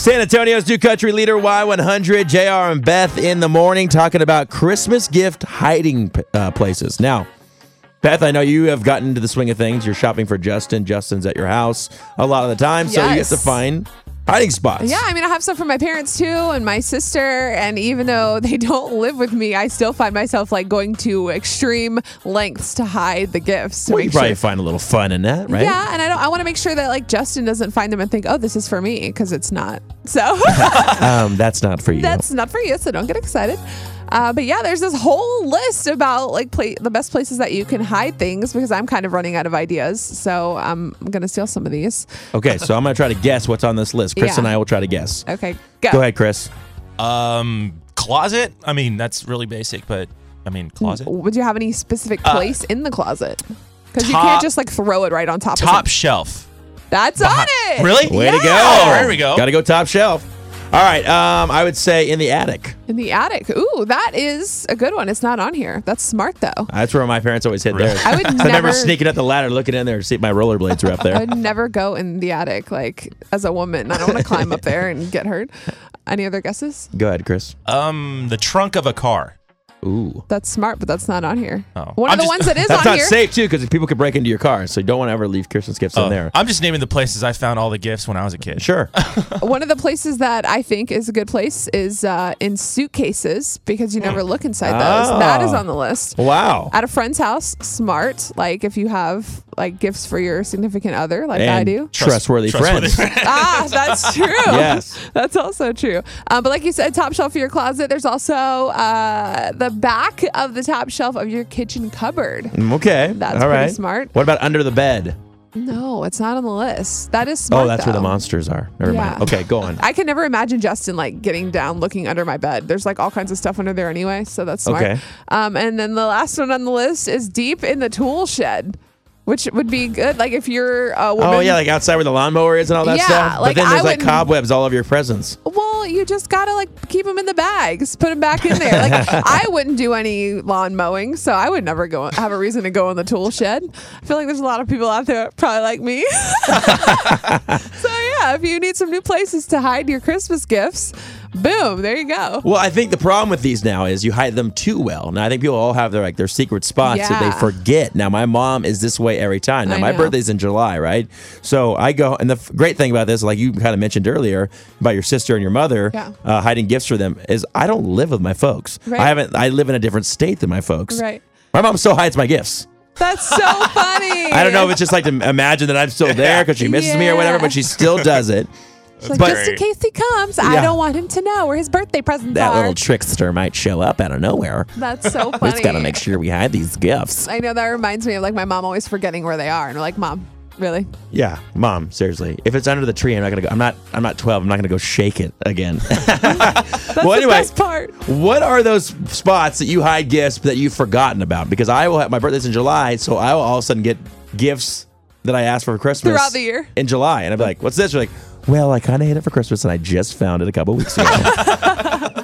San Antonio's New Country leader Y100, JR and Beth in the morning talking about Christmas gift hiding uh, places. Now, Beth, I know you have gotten into the swing of things. You're shopping for Justin. Justin's at your house a lot of the time, so you get Yes. to find hiding spots. Yeah, I mean, I have some from my parents too, and my sister. And even though they don't live with me, I still find myself like going to extreme lengths to hide the gifts. To Well, you make sure- probably find a little fun in that, right? Yeah, and I don't. I want to make sure that like Justin doesn't find them and think, oh, this is for me, because it's not. So Um, that's not for you. that's not for you. So don't get excited. Uh, but yeah, there's this whole list about like pla the best places that you can hide things because I'm kind of running out of ideas. So um, I'm gonna steal some of these. okay, so I'm going to try to guess what's on this list. Chris Yeah. and I will try to guess. Okay, Go ahead, Chris. Um, closet. I mean, that's really basic, but I mean, closet. Would you have any specific place in the closet? Because you can't Uh, top- just like throw it right on top. Top Of something. shelf. That's on it. Really? Way to go. Oh, there we go. Got to go top shelf. All right, um, I would say in the attic. In the attic. Ooh, that is a good one. It's not on here. That's smart though. That's where my parents always hid Really? theirs. I would I remember never- sneaking up the ladder, looking in there, to see if my rollerblades were up I there. would never go in the attic like as a woman. I don't want to climb up there and get hurt. Any other guesses? Go ahead, Chris. Um, the trunk of a car. Ooh, That's smart, but that's not on here. Oh. One I'm of the just- ones that is that's on not here. safe too, because people could break into your car, so you don't want to ever leave Christmas gifts Oh, in there. I'm just naming the places I found all the gifts when I was a kid. Sure. One of the places that I think is a good place is uh, in suitcases because you never look inside those. That is Oh. on the list. wow. at a friend's house, smart. Like if you have like gifts for your significant other, like I do. trustworthy trustworthy friends. ah, that's true. Yes. that's also true. Um, but like you said, top shelf of your closet. There's also uh, the back of the top shelf of your kitchen cupboard. Mm, okay. That's All pretty right. smart. What about under the bed? No, it's not on the list. That is smart. oh, that's where the though. monsters are. Never mind. Yeah. Okay, go on. I can never imagine Justin like getting down, looking under my bed. There's like all kinds of stuff under there anyway, so that's smart. Okay. Um, and then the last one on the list is deep in the tool shed, which would be good. Like if you're a woman, Oh yeah, like outside where the lawnmower is and all that Yeah, stuff. like, but then there's I like wouldn't- cobwebs all over your presents. Well, you just gotta like keep them in the bags, put them back in there. Like I wouldn't do any lawn mowing, so I would never go have a reason to go in the tool shed. I feel like there's a lot of people out there probably like me. so yeah, if you need some new places to hide your Christmas gifts, boom, there you go. Well, I think the problem with these now is you hide them too well. Now I think people all have their like their secret spots that they Yeah. forget. Now my mom is this way every time. Now I my know. birthday's in July, right? So I go, and the f- great thing about this, like you kind of mentioned earlier about your sister and your mother Yeah. uh, hiding gifts for them, is I don't live with my folks. Right. I haven't. I live in a different state than my folks. Right. My mom still hides my gifts. That's so funny. I don't know if it's just like to imagine that I'm still there because she misses me or whatever, Yeah. but she still does it. She's like, but- just in case he comes, I Yeah. don't want him to know where his birthday presents That are. little trickster might show up out of nowhere. That's so funny. We just got to make sure we hide these gifts. I know that reminds me of like my mom always forgetting where they are, and we're like, Mom, really? Yeah, mom, seriously. If it's under the tree, I'm not gonna go. I'm not. I'm not 12. I'm not gonna go shake it again. That's Well, the anyway. best part. what are those spots that you hide gifts that you've forgotten about? Because I will have my birthday's in July, so I will all of a sudden get gifts that I asked for for Christmas Throughout the year. in July, and I'm like, "What's this?" You're like, "Well, I kind of hid it for Christmas, and I just found it a couple weeks ago."